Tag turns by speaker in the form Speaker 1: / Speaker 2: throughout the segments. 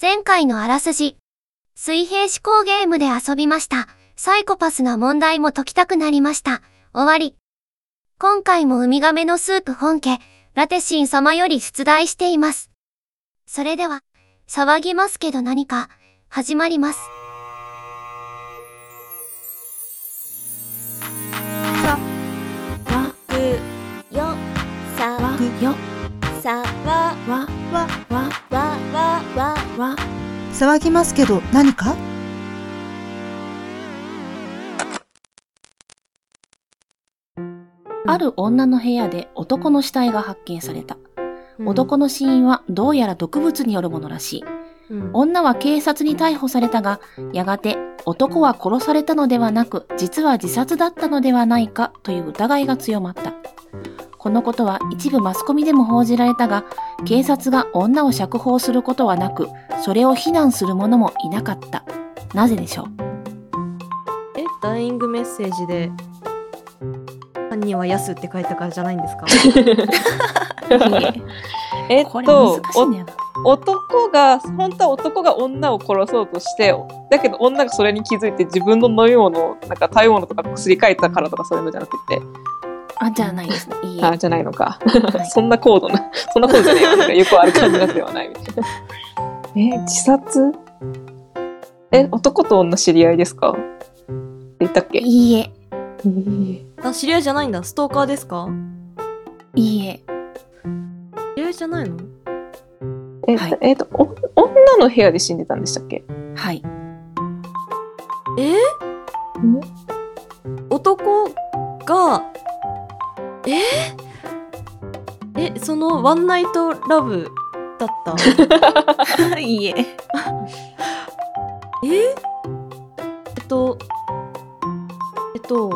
Speaker 1: 前回のあらすじ。水平思考ゲームで遊びました。サイコパスな問題も解きたくなりました。終わり。今回もウミガメのスープ本家、ラテシン様より出題しています。それでは、騒ぎますけど何か、始まります。
Speaker 2: よさ
Speaker 3: わわよ
Speaker 2: さわ
Speaker 3: わわわ
Speaker 2: わわわ
Speaker 3: わ
Speaker 4: 騒ぎますけど何か
Speaker 3: ある女の部屋で男の死体が発見された。男の死因はどうやら毒物によるものらしい。女は警察に逮捕されたが、やがて男は殺されたのではなく、実は自殺だったのではないかという疑いが強まった。このことは一部マスコミでも報じられたが、警察が女を釈放することはなく、それを非難する者もいなかった。なぜでしょう
Speaker 5: えダイイングメッセージで犯人はヤスって書いたからじゃないんですか
Speaker 6: えっ
Speaker 3: これ難
Speaker 6: と、
Speaker 3: しいんだよな。
Speaker 6: お男が、本当は男が女を殺そうとして、だけど女がそれに気づいて自分の飲み物を、なんか食べ物とか薬変えたからとかそういうのじゃなくて、
Speaker 3: あ、じゃあないですね。いいえ。
Speaker 6: あじゃないのか。
Speaker 3: はい
Speaker 6: そんな高度 な、そんな高度じゃないよなんかよくある感じなんではないみたいな。 え、自殺え、男と女知り合いですかって言ったっけ
Speaker 3: いいえ。
Speaker 5: あ知り合いじゃないんだストーカーですか
Speaker 3: いいえ。
Speaker 5: 知り合いじゃないの
Speaker 6: え、
Speaker 3: はい
Speaker 6: えっと、お女の部屋で死んでたんでしたっけ
Speaker 3: はい。
Speaker 5: え男がええそのワンナイトラブだった
Speaker 3: いいえ。
Speaker 5: ええっとえっと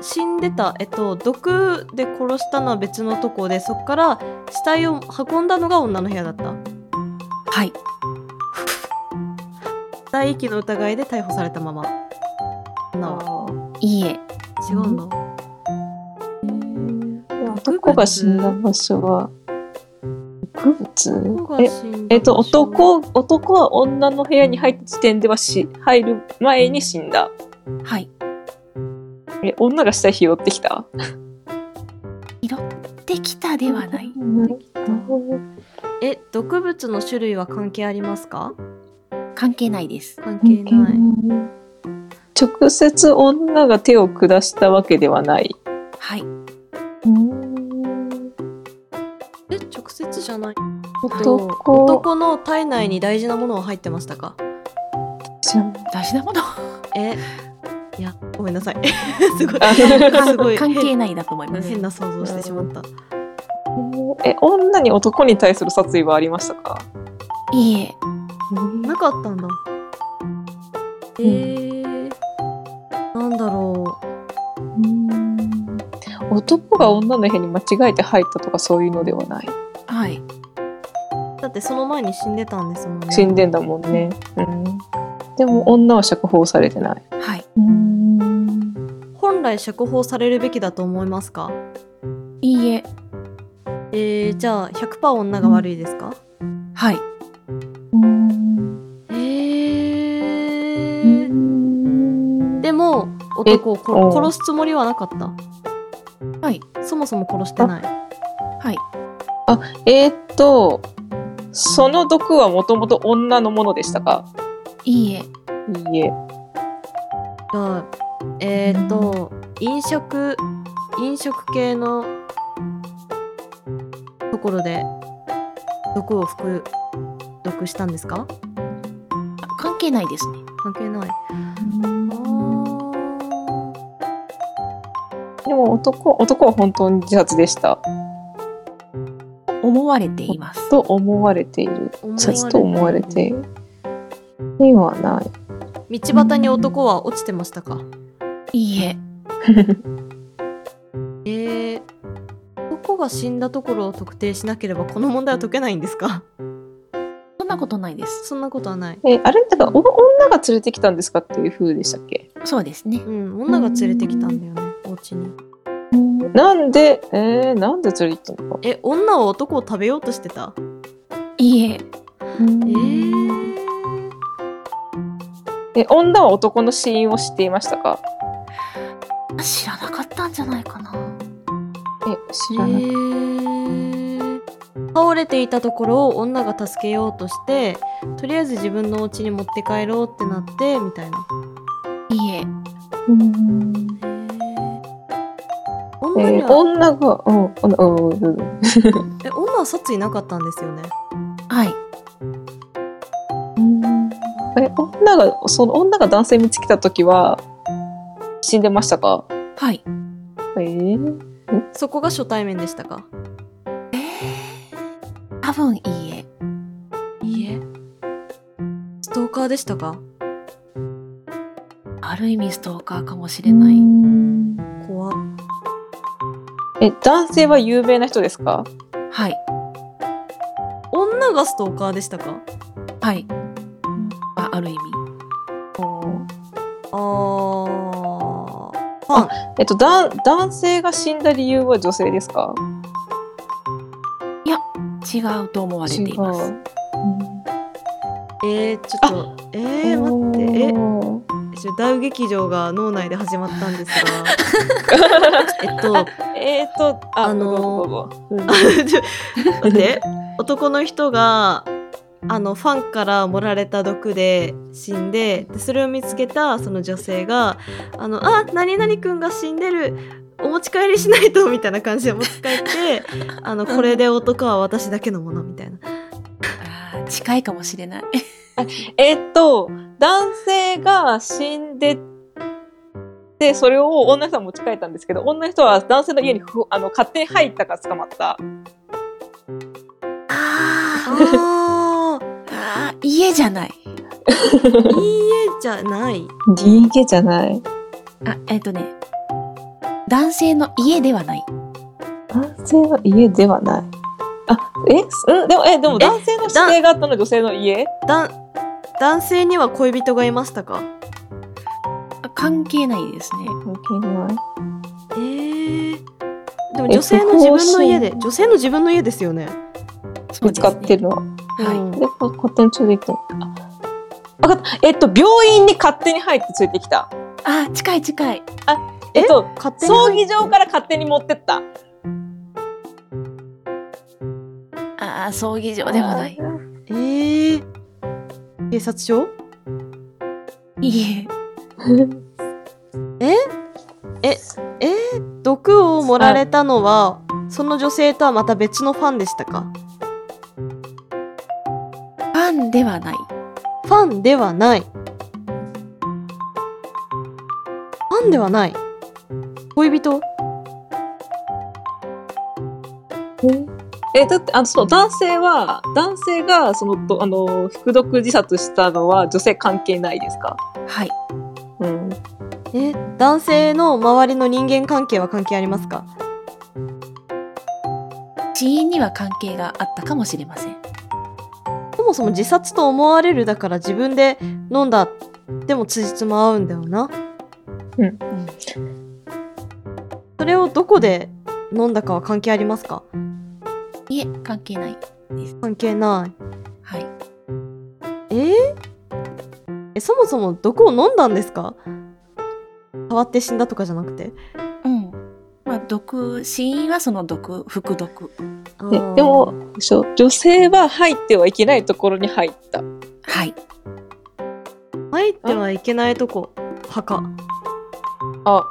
Speaker 5: 死んでたえっと毒で殺したのは別のとこでそっから死体を運んだのが女の部屋だった
Speaker 3: はい。
Speaker 5: 大遺棄の疑いで逮捕されたままなあ
Speaker 3: いいえ。
Speaker 5: 違うんだ
Speaker 6: 男が死んだ場所は毒
Speaker 5: 男
Speaker 6: 物
Speaker 5: が
Speaker 6: え
Speaker 5: 死んだ
Speaker 6: えっと男男は女の部屋に入った時点ではし入る前に死んだ
Speaker 3: はい。
Speaker 6: え女が死体拾ってきた
Speaker 3: 拾ってきたではない。
Speaker 5: え毒物の種類は関係ありますか
Speaker 3: 関係ないです。
Speaker 5: 関係ない
Speaker 6: 直接女が手を下したわけではない
Speaker 3: はい。
Speaker 5: え直接じゃない
Speaker 6: 男
Speaker 5: 男の体内に大事なものは入ってましたか
Speaker 6: じゃん
Speaker 3: 大事なもの。
Speaker 5: えいやごめんなさい すごい
Speaker 6: あ
Speaker 5: すごい
Speaker 3: 関係
Speaker 5: 変
Speaker 3: ないだと思います。
Speaker 5: 変な想像してしまった
Speaker 6: え女に男に対する殺意はありましたか
Speaker 3: いいえ。
Speaker 5: なかったんだえー、なんだろう
Speaker 6: 男が女の部屋に間違えて入ったとかそういうのではない
Speaker 3: はい。
Speaker 5: だってその前に死んでたんですもんね
Speaker 6: 死んでんだもんね、うん、でも女は釈放されてない
Speaker 3: はい。
Speaker 5: 本来釈放されるべきだと思いますか
Speaker 3: いいえ。
Speaker 5: えー、じゃあ100%女が悪いですか、
Speaker 3: はい。
Speaker 5: えー、でも男を
Speaker 6: おう
Speaker 5: 殺殺すつもりはなかった
Speaker 3: はい
Speaker 5: そもそも殺してない
Speaker 3: はい。
Speaker 6: えーっとその毒はもともと女のものでしたか
Speaker 3: いいえ。
Speaker 6: いいえ
Speaker 5: じゃあえっ、ー、と飲食飲食系のところで毒を服毒したんですか
Speaker 3: 関係ないですね。
Speaker 5: 関係ない
Speaker 6: でも男男は本当に自殺でした
Speaker 3: 思われています。
Speaker 6: と思われている
Speaker 5: 思われている
Speaker 6: 自殺と思われているにはない
Speaker 5: 道端に男は落ちてましたか
Speaker 3: いいえ。
Speaker 5: えー、男が死んだところを特定しなければこの問題は解けないんですか
Speaker 3: そんなことないです。
Speaker 5: そんなことはない
Speaker 6: えあれだからお女が連れてきたんですかっていう風でしたっけ
Speaker 3: そうですね。
Speaker 5: うん女が連れてきたんだよねお家に
Speaker 6: なんでえー、なんで連れてきたのか
Speaker 5: え女は男を食べようとしてた
Speaker 3: いいえ。
Speaker 5: えー
Speaker 6: え、女は男の死因を知っていましたか
Speaker 3: 知らなかったんじゃないかな。
Speaker 6: え、知
Speaker 5: え
Speaker 6: らなかっ
Speaker 5: ー倒れていたところを女が助けようとしてとりあえず自分のお家に持って帰ろうってなってみたいない
Speaker 3: いえ、
Speaker 6: た。うんえ
Speaker 5: 女に
Speaker 6: ー
Speaker 5: は
Speaker 6: 女が、うん、うん、うんうん。
Speaker 5: え女は殺意なかったんですよね
Speaker 3: はい。
Speaker 6: え、女が、その女が男性見つけたときは、死んでましたか
Speaker 3: はい。
Speaker 6: えー、
Speaker 5: そこが初対面でしたか
Speaker 3: 多分いいえ。
Speaker 5: いいえストーカーでしたか
Speaker 3: ある意味ストーカーかもしれない。
Speaker 5: 怖っ
Speaker 6: え、男性は有名な人ですか
Speaker 3: はい。
Speaker 5: 女がストーカーでしたか
Speaker 3: はい。あある意味。
Speaker 5: あー
Speaker 6: えっと、だん男性が死んだ理由は女性ですか
Speaker 3: 違うと思われています。
Speaker 5: えー、ちょっとえー、待ってえちょ大劇場が脳内で始まったんですがえっと
Speaker 6: ええー、っと、あ、
Speaker 5: あのー
Speaker 6: どうぞどうぞ
Speaker 5: ちょ待って男の人があのファンから盛られた毒で死んででそれを見つけたその女性が「あのあ何々くんが死んでるお持ち帰りしないと」みたいな感じで持ち帰って「あのこれで男は私だけのもの」みたいな。
Speaker 3: あー近いかもしれない。
Speaker 6: えーっと、男性が死んでて、それを女の人は持ち帰ったんですけど、女の人は男性の家にふあの勝手に入ったから捕まった。
Speaker 3: あ
Speaker 5: あー
Speaker 3: あー、家じゃない。
Speaker 5: いいえじゃない。
Speaker 6: DK じゃない。
Speaker 3: あ、えっ、とね、男性の家ではない。
Speaker 6: 男性の家ではない。あ、え、うん、でも、え、でも男性の指定があったのは女性の家
Speaker 5: だ男性には恋人がいましたか
Speaker 3: あ関係ないですね。
Speaker 6: 関係ない。
Speaker 5: えー、でも女性の自分の家で女性の自分の家ですよね。
Speaker 3: そうで
Speaker 6: 見つ
Speaker 3: す
Speaker 6: か
Speaker 3: ね
Speaker 6: ってるのは。
Speaker 3: はい
Speaker 5: うん
Speaker 6: で、こ勝手に連れてきた。あ、わかった。えっと、病院に勝手に入って連れてきた。
Speaker 3: あー、近い近い。
Speaker 6: えっと、
Speaker 5: 勝手に
Speaker 6: 葬儀場から勝手に持ってった。
Speaker 3: ああ、葬儀場では ない。
Speaker 5: ええ警察署
Speaker 3: いい
Speaker 5: えー、毒を盛られたのはその女性とはまた別のファンでしたか
Speaker 3: え。ファンではない。
Speaker 5: ファンではないファンではない恋人
Speaker 6: え、だって、あの、そう、男性は、男性が、その、どあの、服毒自殺したのは女性関係ないですか
Speaker 3: はい。
Speaker 6: うん。
Speaker 5: え男性の周りの人間関係は関係ありますか
Speaker 3: 死因には関係があったかもしれません。
Speaker 5: そもそも自殺と思われるだから自分で飲んだでも辻褄合うんだよな
Speaker 6: うん
Speaker 5: それをどこで飲んだかは関係ありますか
Speaker 3: いえ、関係ない。
Speaker 5: 関係ない
Speaker 3: はい。
Speaker 5: えーえそもそも毒を飲んだんですか変わって死んだとかじゃなくて
Speaker 3: うん。まあ、毒、死因はその毒、服毒。
Speaker 6: ででも、そう女性は入ってはいけないところに入った。
Speaker 3: はい。
Speaker 5: 入ってはいけないとこ墓
Speaker 6: あ、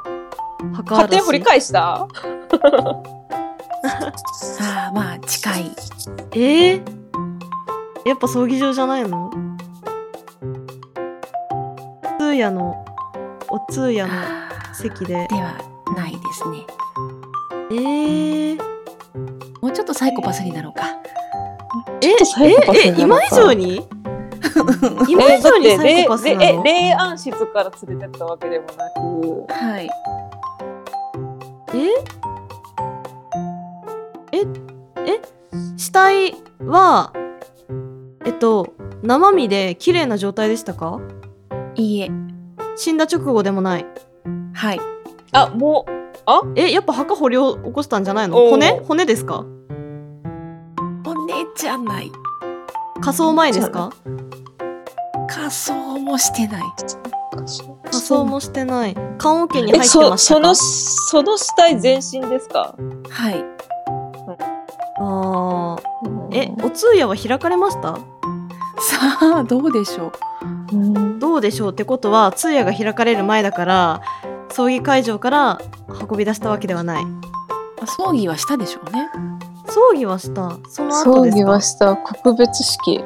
Speaker 5: 墓
Speaker 6: 勝手に掘り
Speaker 5: え
Speaker 6: 返した
Speaker 3: ああ、まあ、近い。
Speaker 5: えーやっぱ葬儀場じゃないの通夜のお通夜の
Speaker 3: あー
Speaker 5: 席で
Speaker 3: ではないですね。
Speaker 5: えー、
Speaker 3: もうちょっとサイコパスになろうか。
Speaker 5: え
Speaker 6: とサイコパス
Speaker 5: え
Speaker 6: になの
Speaker 5: え
Speaker 6: か
Speaker 5: 今以上 に今以上にサイコパスな
Speaker 6: え、だ
Speaker 5: の
Speaker 6: ってれれえ、霊安室から連れてったわけでもなく、
Speaker 3: はい。
Speaker 5: ええ死体はえっと生身で綺麗な状態でしたか
Speaker 3: いいえ。
Speaker 5: 死んだ直後でもない
Speaker 3: はい。
Speaker 6: あ、も
Speaker 5: えやっぱ墓掘りを起こしたんじゃないの
Speaker 6: おー
Speaker 5: 骨骨ですか
Speaker 3: お姉じゃない。
Speaker 5: 火葬前ですか
Speaker 3: 仮装もしてない。
Speaker 5: 仮装もしてない。棺桶に入っ
Speaker 6: え、
Speaker 5: てま
Speaker 6: そ、
Speaker 5: した
Speaker 6: そ
Speaker 5: か
Speaker 6: の、その死体全身ですか
Speaker 3: はい。
Speaker 5: あーえ、お通夜は開かれました
Speaker 3: さあ、どうでしょう。
Speaker 6: うん
Speaker 5: どうでしょうってことは、通夜が開かれる前だから、葬儀会場から運び出したわけではない。
Speaker 3: あ葬儀はしたでしょうね。
Speaker 5: 葬儀はした。その後
Speaker 6: 葬
Speaker 5: ですか
Speaker 6: 儀はした告別式。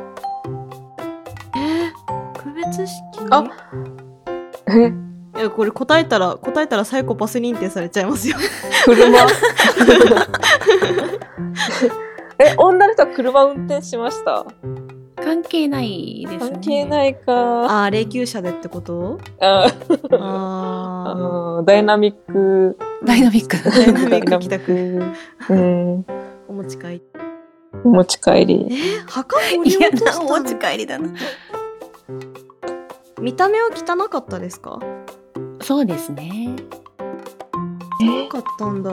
Speaker 5: 特別式
Speaker 6: あえ、
Speaker 5: え、これ答えたら、答えたらサイコパス認定されちゃい ますよ。
Speaker 6: 車え、女の人は車運転しました
Speaker 3: 関係ないですね。
Speaker 6: 関係
Speaker 3: い。
Speaker 6: ないか。
Speaker 5: あー、霊柩車でってこと
Speaker 6: ああ
Speaker 5: あ
Speaker 6: のダイナミック。
Speaker 3: ダイナ ミック。
Speaker 5: ダイナミック帰宅
Speaker 6: うん。
Speaker 5: ー、お持ち帰り。
Speaker 6: お持ち帰
Speaker 5: え
Speaker 6: り。
Speaker 5: ー、墓掘り落としたの
Speaker 3: 帰りだな。
Speaker 5: 見た目は汚かったですか
Speaker 3: そうですね。
Speaker 5: 汚かったんだ。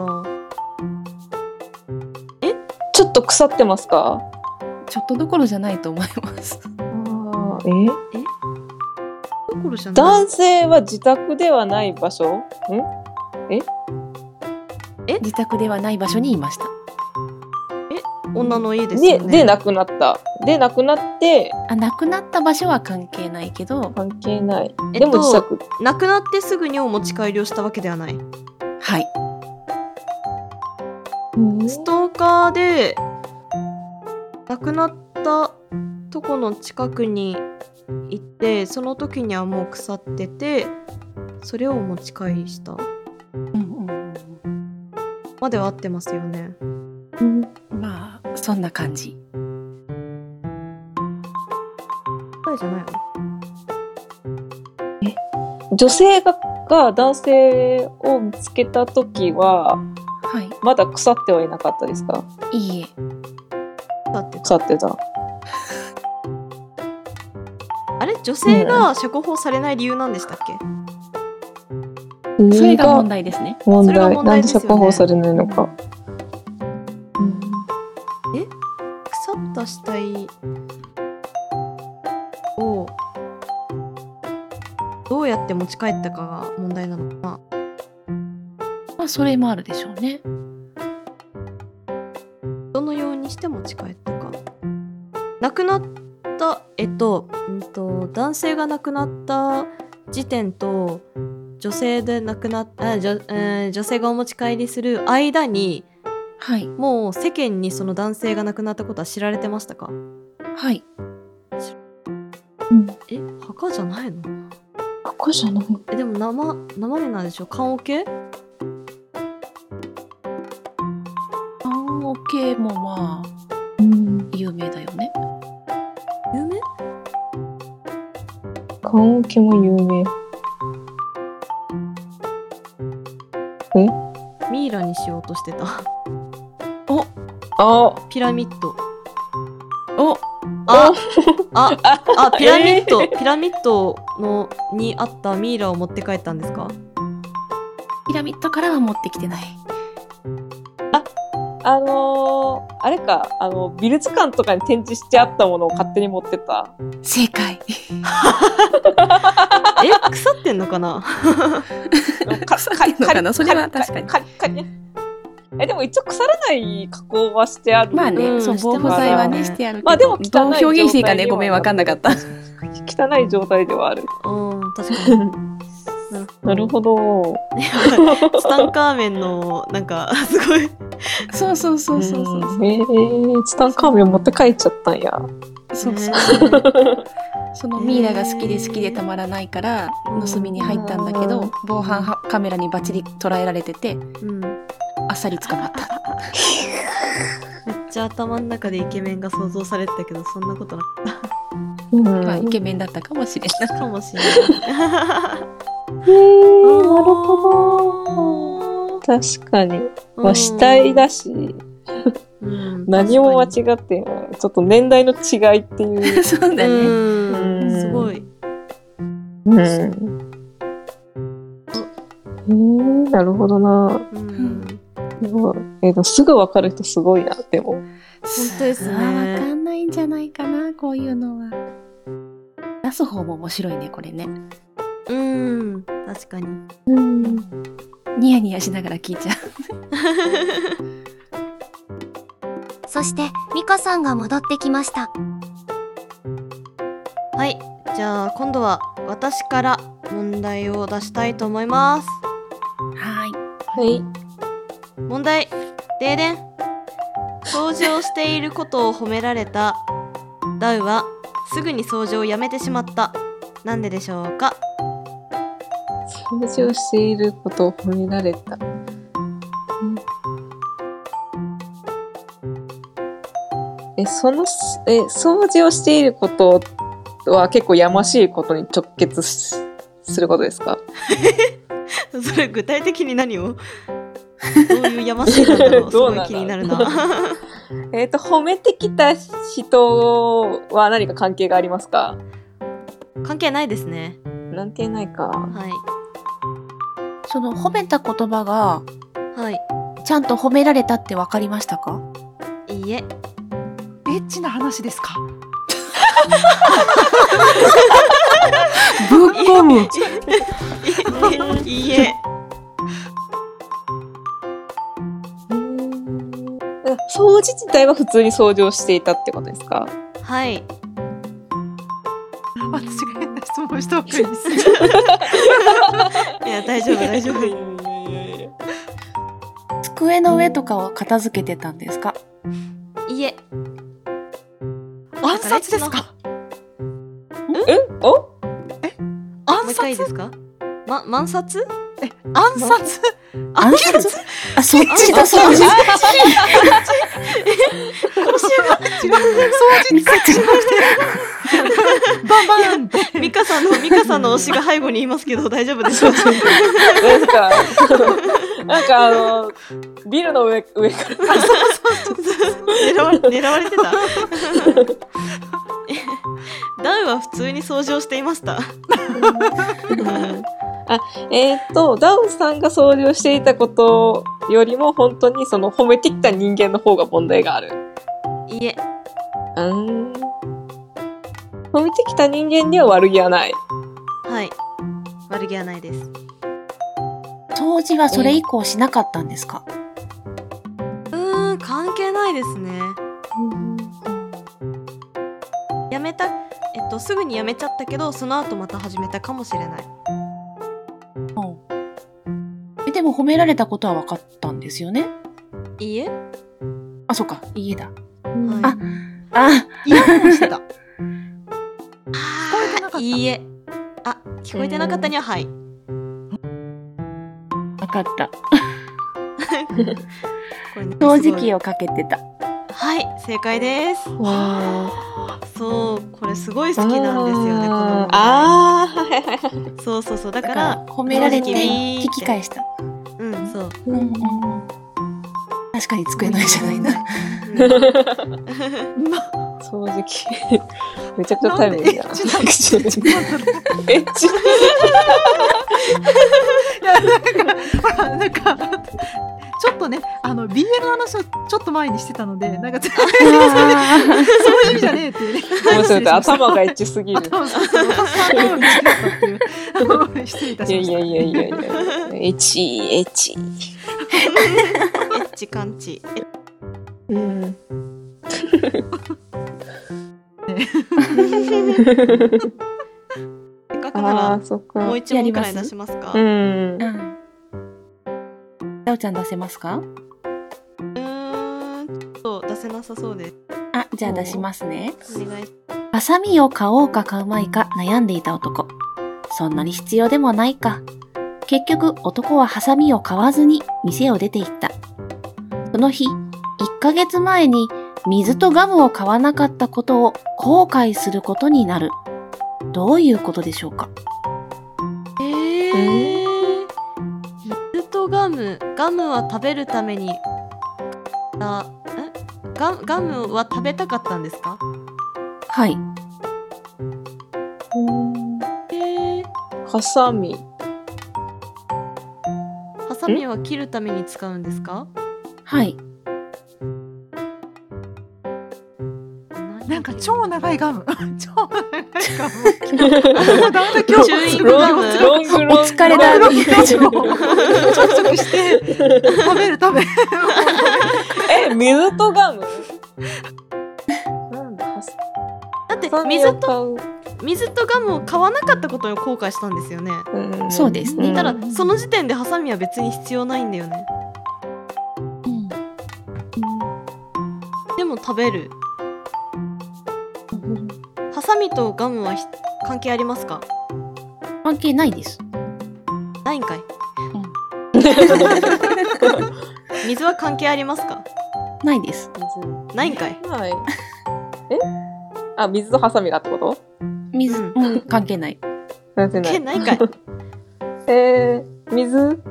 Speaker 6: ちょっと腐ってますか
Speaker 3: ちょっとどころじゃないと思います。
Speaker 6: あーえ
Speaker 5: どころじゃない。
Speaker 6: 男性は自宅ではない場所ん
Speaker 3: 自宅ではない場所にいました。
Speaker 5: 女の家です
Speaker 6: で、
Speaker 5: よね。
Speaker 6: で、亡くなった。で、亡くなって、
Speaker 3: あ、亡くなった場所は関係ないけど、
Speaker 6: 関係ない。
Speaker 5: えっと
Speaker 6: でも自宅。
Speaker 5: 亡くなってすぐにお持ち帰りをしたわけではない。
Speaker 3: はい。
Speaker 6: うん
Speaker 5: ストーカーで亡くなったとこの近くに行ってその時にはもう腐っててそれをお持ち帰りした
Speaker 3: うんうん
Speaker 5: までは合ってますよね
Speaker 3: うん。まあ、そんな感じ。
Speaker 5: 答えじゃないの
Speaker 6: 女性がが男性を見つけた時は、
Speaker 3: はい。
Speaker 6: まだ腐ってはいなかったですか
Speaker 3: いいえ。
Speaker 5: だって
Speaker 6: 腐ってた。
Speaker 5: あれ女性が釈放されない理由なんでしたっけ、
Speaker 3: それが問題ですね。
Speaker 6: 問
Speaker 5: それが
Speaker 6: 題。
Speaker 5: 問
Speaker 6: な
Speaker 5: 題
Speaker 6: ん
Speaker 5: で
Speaker 6: です
Speaker 5: よね
Speaker 6: 釈放されないのか。
Speaker 5: 腐った死体をどうやって持ち帰ったかが問題なのかな
Speaker 3: まあ、それもあるでしょうね。
Speaker 5: どのようにして持ち帰ったか亡くなったえっと,、うん、と男性が亡くなった時点と女性で亡くなったあ女,、えー女性がお持ち帰りする間に
Speaker 3: はい。
Speaker 5: もう世間にその男性が亡くなったことは知られてましたか
Speaker 3: はい。
Speaker 5: え墓じゃないの
Speaker 6: ここじゃない。
Speaker 5: えでも生生身なんでしょ棺桶
Speaker 3: 棺桶もまあ、
Speaker 6: うん。
Speaker 3: 有名だよね。
Speaker 5: 有名
Speaker 6: 棺桶も有名。
Speaker 5: ミイラにしようとしてた
Speaker 6: あ
Speaker 5: ピラミッド
Speaker 3: お
Speaker 5: ああ
Speaker 6: あ
Speaker 5: あピラミッド、
Speaker 6: え
Speaker 5: ピラミッドのにあったミイラを持って帰ったんですか
Speaker 3: ピラミッドからは持ってきてない。
Speaker 6: あのー、あれか、あの、美術館とかに展示してあったものを勝手に持ってった。
Speaker 3: 正解。
Speaker 5: え腐ってんのかな
Speaker 3: 腐ってんのかなそれは確かに
Speaker 6: かかかえ、でも一応腐らない加工はしてある。
Speaker 3: まあね、
Speaker 5: うん
Speaker 3: そう、防腐剤はね、してあるけど。
Speaker 6: まあでも汚い
Speaker 3: どう表現していいかね、
Speaker 6: 状態には
Speaker 3: ごめん、わかんなかった。
Speaker 6: 汚い状態ではある。
Speaker 5: うん確かに
Speaker 6: なる ほど。
Speaker 5: スタンカーメンのなんか すごい
Speaker 3: そうそうそうそうそう。
Speaker 6: んへえツタンカーメン持って帰っちゃったんや。
Speaker 3: そうそう。そのミイラが好きで好きでたまらないから、盗みに入ったんだけ
Speaker 6: うん
Speaker 3: ど、防犯はカメラにバッチリ捉えられてて、
Speaker 5: うんめ
Speaker 3: あっさり捕まった。
Speaker 5: っちゃ頭の中でイケメンが想像されてたけどそんなことなか
Speaker 6: うん。
Speaker 3: まあ、イ
Speaker 6: へ
Speaker 3: ケメンだったかもしれない。
Speaker 5: ったかもしれない
Speaker 6: えなるほ
Speaker 5: ほ
Speaker 6: ど。確かに。
Speaker 5: ど
Speaker 6: まあ、死体だし、
Speaker 5: うん
Speaker 6: 何も間違
Speaker 5: 確
Speaker 6: ってない。ちょっと年代の違いっていう。
Speaker 3: そうだ
Speaker 5: かに
Speaker 3: ね。
Speaker 5: うん
Speaker 6: うん
Speaker 5: すごい
Speaker 6: うん。へえなるほどな。
Speaker 5: うんん
Speaker 6: すごいえーすぐわかる人すごいな、でも。
Speaker 3: 本
Speaker 5: 当ですね
Speaker 3: わかんないんじゃないかな、こういうのは。出す方も面白いね、これね。
Speaker 5: うん確かに
Speaker 3: ニヤニヤしながら聞いちゃう。
Speaker 1: そして、ミカさんが戻ってきました。
Speaker 5: はいじゃあ今度は私から問題を出したいと思います
Speaker 3: はーい。
Speaker 6: はい。
Speaker 5: 問題デーデン掃除をしていることを褒められたダウはすぐに掃除をやめてしまったなんででしょうか
Speaker 6: 掃除をしていることを褒められた。え、その、え、掃除をしていることは結構やましいことに直結しすることですか
Speaker 5: それ具体的に何 をどういうやましいことだろうす
Speaker 6: どう
Speaker 5: ご
Speaker 6: ないんだ
Speaker 5: 気になるな
Speaker 6: えっ、と、褒めてきた人は何か関係がありますか
Speaker 5: 関係ないですね
Speaker 6: 関係ないか。
Speaker 5: はい
Speaker 3: その褒めた言葉が、
Speaker 5: はい
Speaker 3: ちゃんと褒められたって分かりましたか
Speaker 5: いいえ
Speaker 4: エッチな話ですか
Speaker 5: ぶっ込む いいえ
Speaker 6: うーん掃除自体は普通に掃除をしていたってことですか
Speaker 5: はい
Speaker 4: 私が変な質問した方がいいです。
Speaker 5: いや大丈夫大丈夫
Speaker 3: 机の上とかを片付けてたんですか
Speaker 5: いいえ
Speaker 4: 暗殺ですか
Speaker 6: お
Speaker 5: もう
Speaker 4: 暗
Speaker 5: 一回いいです
Speaker 4: 殺
Speaker 5: かま、満札
Speaker 4: 暗殺
Speaker 3: 暗殺あ、そっちだ、そっち。
Speaker 4: 違う掃除そっちじゃなくて。バンバンっ て。
Speaker 5: ミカさんの、ミカさんの推しが背後にいますけど、大丈夫ですか
Speaker 6: なんか、なんかあの、ビルの上上から
Speaker 5: 狙われ、狙われて た。ダウは普通に掃除をしていました。
Speaker 6: あ、えっ、と、ダウンさんが掃除をしていたことよりも、本当にその褒めてきた人間の方が問題がある。
Speaker 5: いいえ、
Speaker 6: うーん。褒めてきた人間には悪気はない。
Speaker 5: はい。悪気はないです。
Speaker 3: 掃除はそれ以降しなかったんですか
Speaker 5: うーん、関係ないですね。やめた、えっと、すぐにやめちゃったけど、その後また始めたかもしれない。
Speaker 3: えでも褒められたことは分かったんですよね
Speaker 5: いいえ、
Speaker 3: あ、そっか、家だ。
Speaker 5: あ
Speaker 3: あ、あ、
Speaker 4: イヤホンしてた。聞こえてなかった。
Speaker 5: いいえ。あ、聞こえてなかったには、はい。
Speaker 3: 分かった。
Speaker 5: これね
Speaker 3: 掃
Speaker 5: す
Speaker 3: 除
Speaker 5: ごい
Speaker 3: 機をかけてた。
Speaker 5: はい、正解です。
Speaker 6: わ
Speaker 5: そう、これすごい好きなんですよね、この問題
Speaker 6: あーあー、はいはいはい。
Speaker 5: そうそうそう、だ
Speaker 3: だ
Speaker 5: か
Speaker 3: から
Speaker 5: ら、、
Speaker 3: 褒められて、
Speaker 5: 掃除機ビーっ
Speaker 3: 聞
Speaker 5: て
Speaker 3: き返した。
Speaker 5: うん、そう。
Speaker 3: うんうんうん確かに机の上じゃないな。
Speaker 6: 掃除機。 めちゃくちゃタイムリーだな。 エッチ。
Speaker 4: いやなんかほらなんかちょっとねあの BL の話をちょっと前にしてたのでなんか全然そういう意味じゃねえっていうね。
Speaker 6: 面白いと頭がエッチすぎる。
Speaker 4: 頭そうそう私は頭が好きだったっていうあの失礼いた
Speaker 6: いや
Speaker 4: し
Speaker 6: い
Speaker 4: まし
Speaker 6: やい
Speaker 4: た。
Speaker 6: やいやいや。エッチ、エッチ。
Speaker 5: エッチ感知。え
Speaker 6: うん。
Speaker 5: せっかく
Speaker 6: あ
Speaker 5: な
Speaker 6: あ、そっ
Speaker 5: ら、もう
Speaker 6: か。
Speaker 5: 一問くらい出しますか。
Speaker 6: う。
Speaker 5: うん
Speaker 3: うん。なおちゃん出せますか
Speaker 5: ーん、ちょっと出せなさそうで
Speaker 3: あ、じゃあ出しますね。
Speaker 5: す。お願いし
Speaker 3: ハサミを買おうか買うまいか悩んでいた男。そんなに必要でもないか。結局男はハサミを買わずに店を出て行った。その日、1ヶ月前に水とガムを買わなかったことを後悔することになる。どういうことでしょうか
Speaker 5: えー、水とガム。ガムは食べるために、あ、えガガムは食べたかったんですか
Speaker 3: はい。
Speaker 5: えー、
Speaker 6: ハサミ。
Speaker 5: ハサミは切るために使うんですか
Speaker 3: はい。
Speaker 4: なんか超長いガム。超長い。しかも。もうダメだ、今日
Speaker 5: チューイング
Speaker 4: ロ
Speaker 5: ガ
Speaker 4: ン
Speaker 5: ム
Speaker 4: グロング
Speaker 6: ロングロン
Speaker 3: お
Speaker 6: グ
Speaker 3: 疲れだ。
Speaker 4: ロングちょくちょくして、食べる食べる。
Speaker 6: え、水とガムなんだ、
Speaker 5: だって
Speaker 6: ハサミ
Speaker 5: 水
Speaker 6: を
Speaker 5: と
Speaker 6: 買う。
Speaker 5: 水とガムを買わなかったことに後悔したんですよね。
Speaker 6: うん
Speaker 3: そうですね
Speaker 5: ただ
Speaker 6: うん
Speaker 5: その時点でハサミは別に必要ないんだよね。でも食べる。ハサミとガムはひ関係ありますか？
Speaker 3: 関係ないです。
Speaker 5: ないんかい。水は関係ありますか？
Speaker 3: ないです。
Speaker 5: ないんかい。
Speaker 6: はい。えあ、水とハサミがってこと
Speaker 3: 水、
Speaker 5: うん
Speaker 3: うん、関係ない。
Speaker 6: なんてな
Speaker 5: け
Speaker 6: い。
Speaker 5: ないんかい。
Speaker 6: えー、水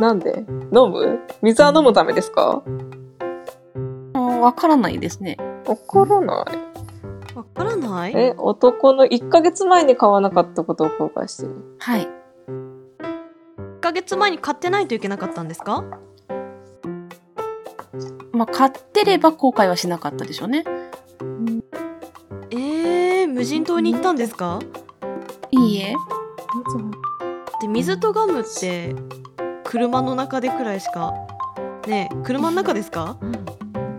Speaker 6: なんで飲む水は飲むためですか
Speaker 3: うんわからないですね。
Speaker 6: わからない。
Speaker 5: わからない？
Speaker 6: え、男の1ヶ月前に買わなかったことを後悔してる。
Speaker 3: はい。
Speaker 5: 1ヶ月前に買ってないといけなかったんですか？
Speaker 3: まあ、買ってれば後悔はしなかったでしょうね。
Speaker 5: えー、無人島に行ったんですか？
Speaker 3: いいえ。
Speaker 5: で水とガムって車の中でくらいしかねえ車の中ですか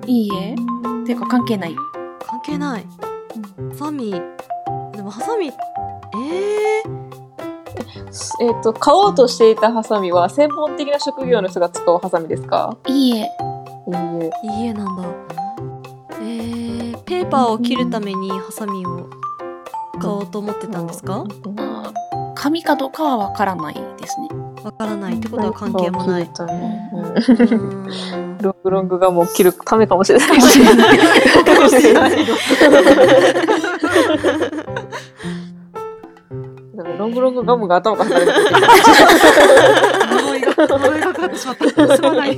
Speaker 3: いいえ。てか関係ない。
Speaker 5: 関係ないハサミでもハサミえー、
Speaker 6: えっ、と、買おうとしていたハサミは専門的な職業の人が使うハサミですか
Speaker 3: いいえ。
Speaker 6: いいえ。
Speaker 5: いいえなんだえー、ペーパーを切るためにハサミを買おうと思ってたんですか
Speaker 3: まあ、紙かどうかはわからないですね。
Speaker 5: わからないってことは関係もない。
Speaker 6: うん
Speaker 5: うーん
Speaker 6: ロングロングがもう切るためかも しれないし。でもロングロングガムが頭が離れて
Speaker 4: 呪いが、呪いがかかってしまった。すまない。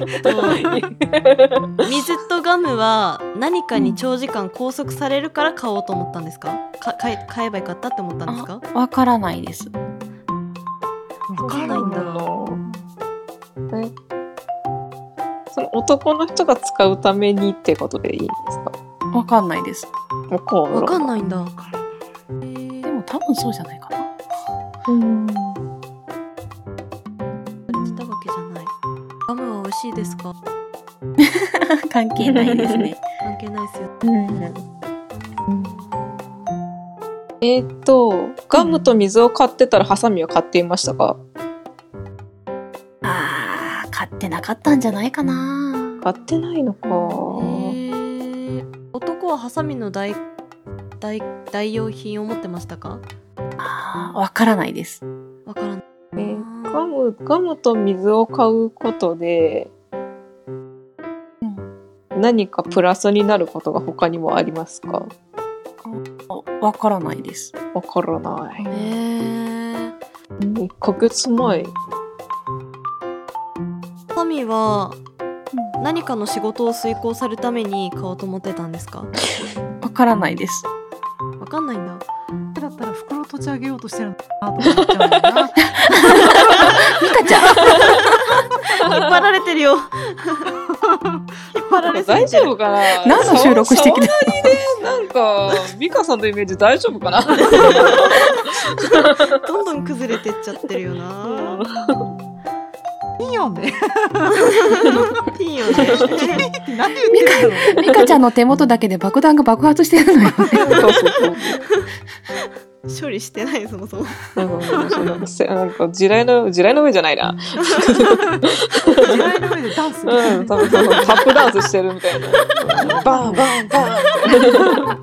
Speaker 5: 水とガムは何かに長時間拘束されるから買おうと思ったんですかか買え買えばよかったって思ったんですか
Speaker 3: わからないです。
Speaker 5: わかんないんだ。
Speaker 6: えその男の人が使うためにってことでいいんですか
Speaker 3: わかんないです。
Speaker 6: わか。
Speaker 5: わかんないいんだ。
Speaker 3: でも多分そうじゃないかな。
Speaker 5: されてたわけじゃない。ガムは美味しいですか
Speaker 3: 関係ないですね。
Speaker 5: 関係ないですよ。
Speaker 6: えーっ、と、ガムと水を買ってたらハサミを買っていましたか
Speaker 3: あー、買ってなかったんじゃないかな。
Speaker 6: 買ってないのか。
Speaker 5: へー男はハサミの代代代用品を持ってましたか
Speaker 3: あー、わからないです。
Speaker 5: わからない。
Speaker 6: えーガム、ガムと水を買うことで、何かプラスになることが他にもありますか
Speaker 3: わからないです。
Speaker 6: わからない。
Speaker 5: えー、
Speaker 6: 1ヶ月前。
Speaker 5: ハサミは何かの仕事を遂行するために買おうと思ってたんですか
Speaker 3: わからないです。
Speaker 5: わかんないんだ。
Speaker 4: だったら袋を立ち上げようとしてるのかなと思っちゃうんだよな。
Speaker 5: 引っ張られてる よ。引っ張られすぎ
Speaker 6: 大
Speaker 5: て
Speaker 6: 丈
Speaker 5: る。
Speaker 6: 夫かな
Speaker 3: 何の収録してきた
Speaker 6: さわさわりで、なんか、美香さんのイメージ大丈夫かな
Speaker 5: どんどん崩れてっちゃってるよな。
Speaker 4: いいよね。
Speaker 5: ピンよね。
Speaker 4: 何言ってるの
Speaker 3: ミカちゃんの手元だけで爆弾が爆発してるのよ。
Speaker 6: そうそうそう。
Speaker 5: 処理してないそもそも。
Speaker 6: なんかそうなんかせなんか地雷の、地雷の上じゃないな。
Speaker 4: 地雷の上でダンスみたい
Speaker 6: うん、
Speaker 4: な。
Speaker 6: 多分そうそう、タップダンスしてるみたいな。バンバンバン。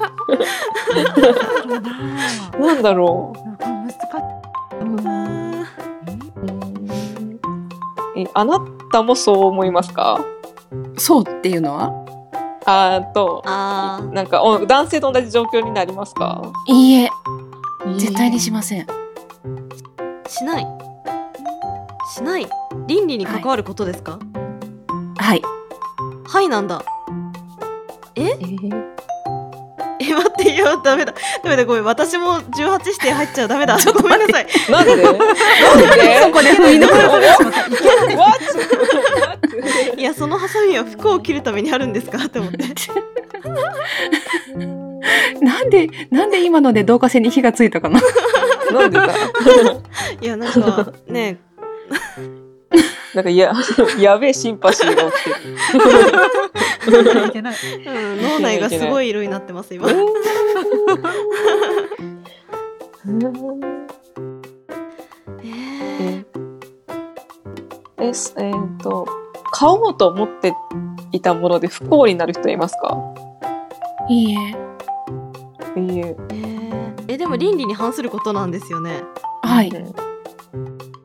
Speaker 6: なんだろ
Speaker 4: これ難し
Speaker 6: う。え、あなたもそう思いますか
Speaker 3: そうっていうのは
Speaker 6: あーと、
Speaker 5: あ
Speaker 6: なんかお男性と同じ状況になりますか
Speaker 3: いいえ、絶対にしません。
Speaker 5: あしない。しない。倫理に関わることですか。はい、
Speaker 3: はい。
Speaker 5: なんだ。え待ってよダメだダメだごめん私も18指定入 っちゃうダメだ。ごめんなさい。
Speaker 6: なんでなんで
Speaker 3: そこで不意の
Speaker 6: わ
Speaker 5: いやそのハサミは服を切るためにあるんですかって思って。
Speaker 3: なんで、なんで今ので導火線に火がついたかな
Speaker 6: なんでだ
Speaker 5: いやなんかね
Speaker 6: なんかや、やべえシンパシーが起きてる。
Speaker 4: いけない。
Speaker 5: うん脳内がすごい色になってます今えー
Speaker 6: ええすえーっと買おうと思っていたもので不幸になる人いますか
Speaker 3: いいえ。
Speaker 6: いいえ
Speaker 5: えーえでも倫理に反することなんですよね
Speaker 3: はい。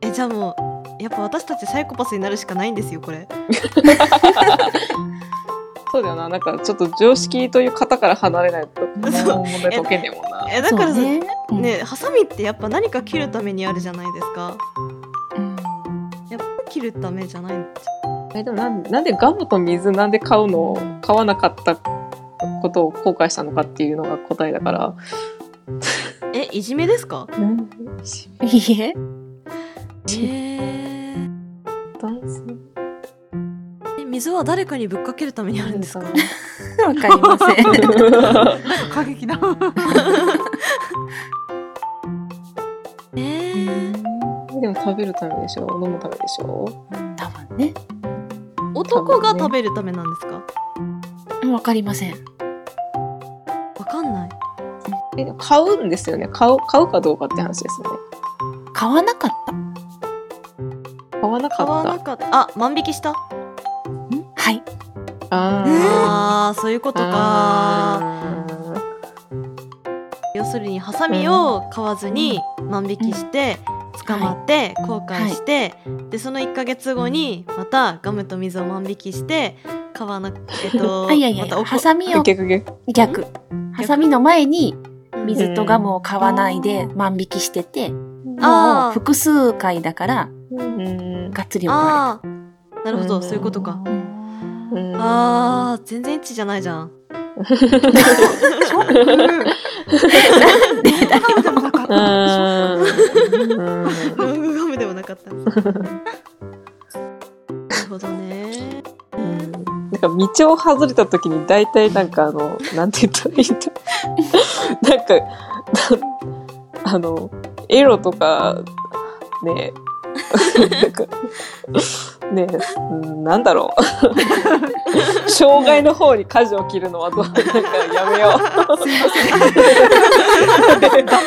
Speaker 5: えじゃあもうやっぱ私たちサイコパスになるしかないんですよこれ
Speaker 6: そうだよななんかちょっと常識という型から離れないと
Speaker 5: そう
Speaker 6: 問題解けねえもんな
Speaker 5: えだから
Speaker 3: そ
Speaker 5: さ
Speaker 3: うね
Speaker 5: ね,、
Speaker 3: うん
Speaker 5: ハサミってやっぱ何か切るためにあるじゃないですか
Speaker 3: うん
Speaker 5: やっぱ切るためじゃない
Speaker 6: えでもなんなんでガムと水なんで買うのを買わなかったことを後悔したのかっていうのが答えだから、
Speaker 5: えいじめですか
Speaker 3: いいえ。
Speaker 5: えー
Speaker 6: ダンス
Speaker 5: え水は誰かにぶっかけるためにあるんです
Speaker 3: わ
Speaker 5: か
Speaker 3: かりません。
Speaker 4: なんか過激な。
Speaker 5: えー
Speaker 6: でも食べるためでしょ飲むためでしょ
Speaker 3: 多分ね。
Speaker 5: 男が食べるためなんですか
Speaker 3: わかりません。
Speaker 5: わかんない
Speaker 6: えでも買うんですよね買う買うかどうかって話ですよね
Speaker 3: 買わなかった。
Speaker 6: 買わなか
Speaker 5: 買わ
Speaker 6: った
Speaker 5: なかったあ万引きした
Speaker 3: はい。
Speaker 6: あ
Speaker 5: あーそういうことか
Speaker 6: あー
Speaker 5: 要するにハサミを買わずに万引きして捕まって後悔してでその1ヶ月後にまたガムと水を万引きして買わなえっ と
Speaker 3: あ、いやいや
Speaker 5: ま
Speaker 3: い
Speaker 5: たお
Speaker 3: や、
Speaker 5: こ
Speaker 3: ハサミを
Speaker 6: 逆逆
Speaker 3: 逆。ハサミの前に水とガムを買わないで万引きしてて、も
Speaker 5: あ
Speaker 3: う
Speaker 5: ー
Speaker 3: 複数回だから、
Speaker 6: うん
Speaker 3: がっつり怒ら
Speaker 5: あーなるほ
Speaker 6: うん
Speaker 5: どそういうことか
Speaker 6: うん
Speaker 5: あー全然一致じゃないじゃ ん
Speaker 4: ショック。
Speaker 5: ガ
Speaker 6: うん
Speaker 4: なんでだよ。なかった。
Speaker 5: ムガムでもなかった なるほどね
Speaker 6: うんなんか道を外れた時に大体なんかあのなんて言ったらいいんだなんか なあのエロとかねなんかねうんなんだろ う障害の方に舵を切るのはどうなんかやめよう
Speaker 4: すいません。ダメ出しが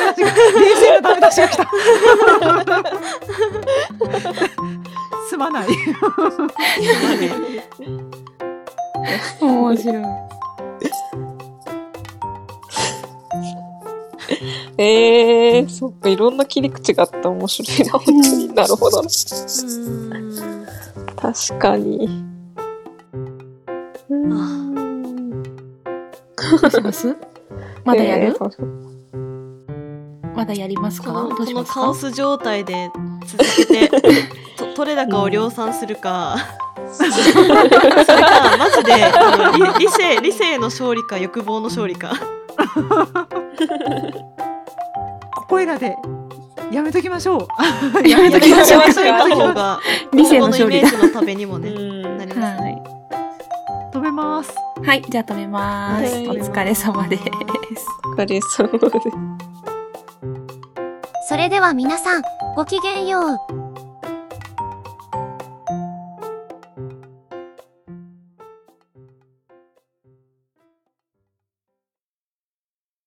Speaker 4: 冷静なダメ出しが来た。すまない。
Speaker 3: 面白い。
Speaker 6: ええー、そっか、いろんな切り口があった面白いな、本当に。なるほど。
Speaker 5: うーん
Speaker 6: 確かに。うん
Speaker 3: どうし ますまだや
Speaker 6: え
Speaker 3: る
Speaker 6: ー楽しかっ
Speaker 3: まだやります
Speaker 5: こ
Speaker 3: か
Speaker 5: の
Speaker 3: どう
Speaker 5: こ
Speaker 3: し
Speaker 5: の
Speaker 3: ます
Speaker 5: カオ
Speaker 3: か
Speaker 5: ス状態で続けてと 取れ高を量産するか、それかマジであの理理性理性の勝利か欲望の勝 利か
Speaker 4: ここいらで。やめときましょう。
Speaker 3: やめときましょう
Speaker 5: やめといた方が
Speaker 3: 理性の勝利だ
Speaker 5: 今後のイメージのためにも
Speaker 6: た
Speaker 5: ね、なりますね
Speaker 3: はい。
Speaker 4: 止めます。
Speaker 3: はい、じゃあ止めます。
Speaker 6: はい
Speaker 3: お疲れ様です。
Speaker 6: お疲れ様です。
Speaker 1: それでは皆さん、ごきげんよう。